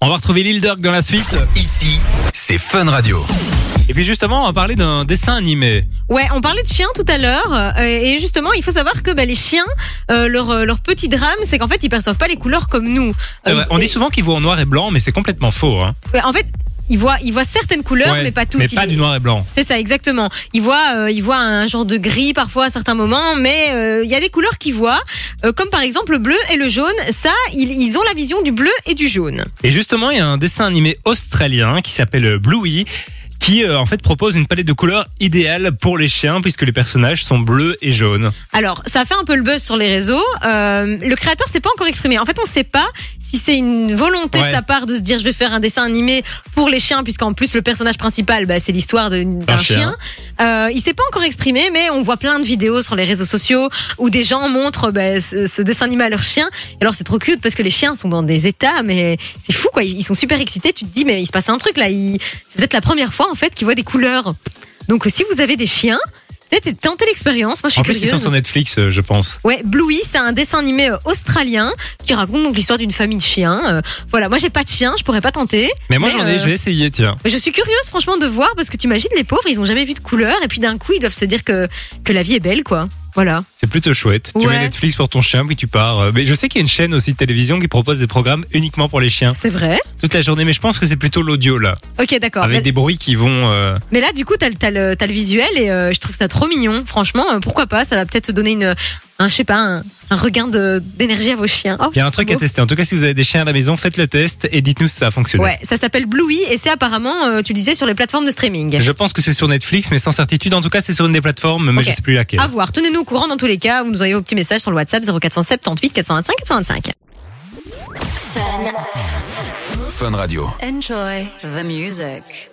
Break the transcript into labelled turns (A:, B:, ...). A: On va retrouver Lil Durk dans la suite.
B: Ici, c'est Fun Radio.
A: Et puis justement, on va parler d'un dessin animé.
C: Ouais, on parlait de chiens tout à l'heure, euh, et justement, il faut savoir que bah, les chiens, euh, leur, euh, leur petit drame, c'est qu'en fait, ils perçoivent pas les couleurs comme nous.
A: C'est
C: Euh,
A: vrai, On dit souvent qu'il voit en noir et blanc, mais c'est complètement faux. Hein.
C: ouais, En fait, ils voient, ils voient certaines couleurs,
A: Ouais,
C: mais pas toutes.
A: Mais
C: Ils-
A: pas du noir et blanc.
C: C'est ça, exactement. Ils voient, euh, ils voient un genre de gris parfois à certains moments, mais euh, il y a des couleurs qu'ils voient, euh, comme par exemple le bleu et le jaune. Ça, ils, ils ont la vision du bleu et du jaune.
A: Et justement, il y a un dessin animé australien qui s'appelle euh, Bluey qui euh, en fait propose une palette de couleurs idéale pour les chiens puisque les personnages sont bleus et jaunes.
C: Alors, ça a fait un peu le buzz sur les réseaux. Euh, le créateur s'est pas encore exprimé. En fait, on sait pas si c'est une volonté
A: Ouais.
C: de sa part de se dire je vais faire un dessin animé pour les chiens, puisqu'en plus le personnage principal, bah, c'est l'histoire de- d'un
A: chien.
C: chien. Euh, il s'est pas encore exprimé, mais on voit plein de vidéos sur les réseaux sociaux où des gens montrent bah, ce, ce dessin animé à leur chien. Et alors, c'est trop cute parce que les chiens sont dans des états, mais c'est fou quoi. Ils ils sont super excités. Tu te dis mais il se passe un truc là. Ils- C'est peut-être la première fois en fait qu'ils voient des couleurs. Donc, si vous avez des chiens. Peut-être tentez l'expérience. Moi, je suis
A: En plus, ils sont
C: curieuse.
A: sur Netflix, euh, je pense.
C: Ouais, Bluey, c'est un dessin animé euh, australien qui raconte donc l'histoire d'une famille de chiens. Euh, voilà, moi j'ai pas de chien, je pourrais pas tenter.
A: Mais moi, j'en ai,
C: euh,
A: je vais essayer, tiens.
C: Je suis curieuse franchement de voir parce que t'imagines les pauvres, ils ont jamais vu de couleur et puis d'un coup ils doivent se dire que que la vie est belle quoi. Voilà.
A: C'est plutôt chouette. Tu
C: Ouais.
A: mets Netflix pour ton chien, puis tu pars. Euh, Mais je sais qu'il y a une chaîne aussi de télévision qui propose des programmes uniquement pour les chiens
C: C'est vrai.
A: toute la journée, mais je pense que c'est plutôt l'audio là,
C: Ok, d'accord. Mais,
A: avec des bruits qui vont. euh,
C: mais là, du coup, t'as le, t'as le, t'as le visuel et euh, je trouve ça trop mignon. Franchement, euh, pourquoi pas Ça va peut-être te donner une, un, je sais pas, un, un regain de- d'énergie à vos chiens. Oh,
A: Il y a un
C: c'est
A: truc
C: beau.
A: à tester. En tout cas, si vous avez des chiens à la maison, faites le test et dites-nous si ça a fonctionné.
C: Ouais, ça s'appelle Bluey et c'est apparemment, euh, tu disais, sur les plateformes de streaming.
A: Je pense que c'est sur Netflix, mais sans certitude. En tout cas, c'est sur une des plateformes, mais
C: Ok.
A: je sais plus laquelle.
C: À voir. Tenez-nous au courant dans tous les cas. Vous nous envoyez vos petits messages sur le WhatsApp 0478 425 425.
B: Fun Radio.
D: Enjoy the music.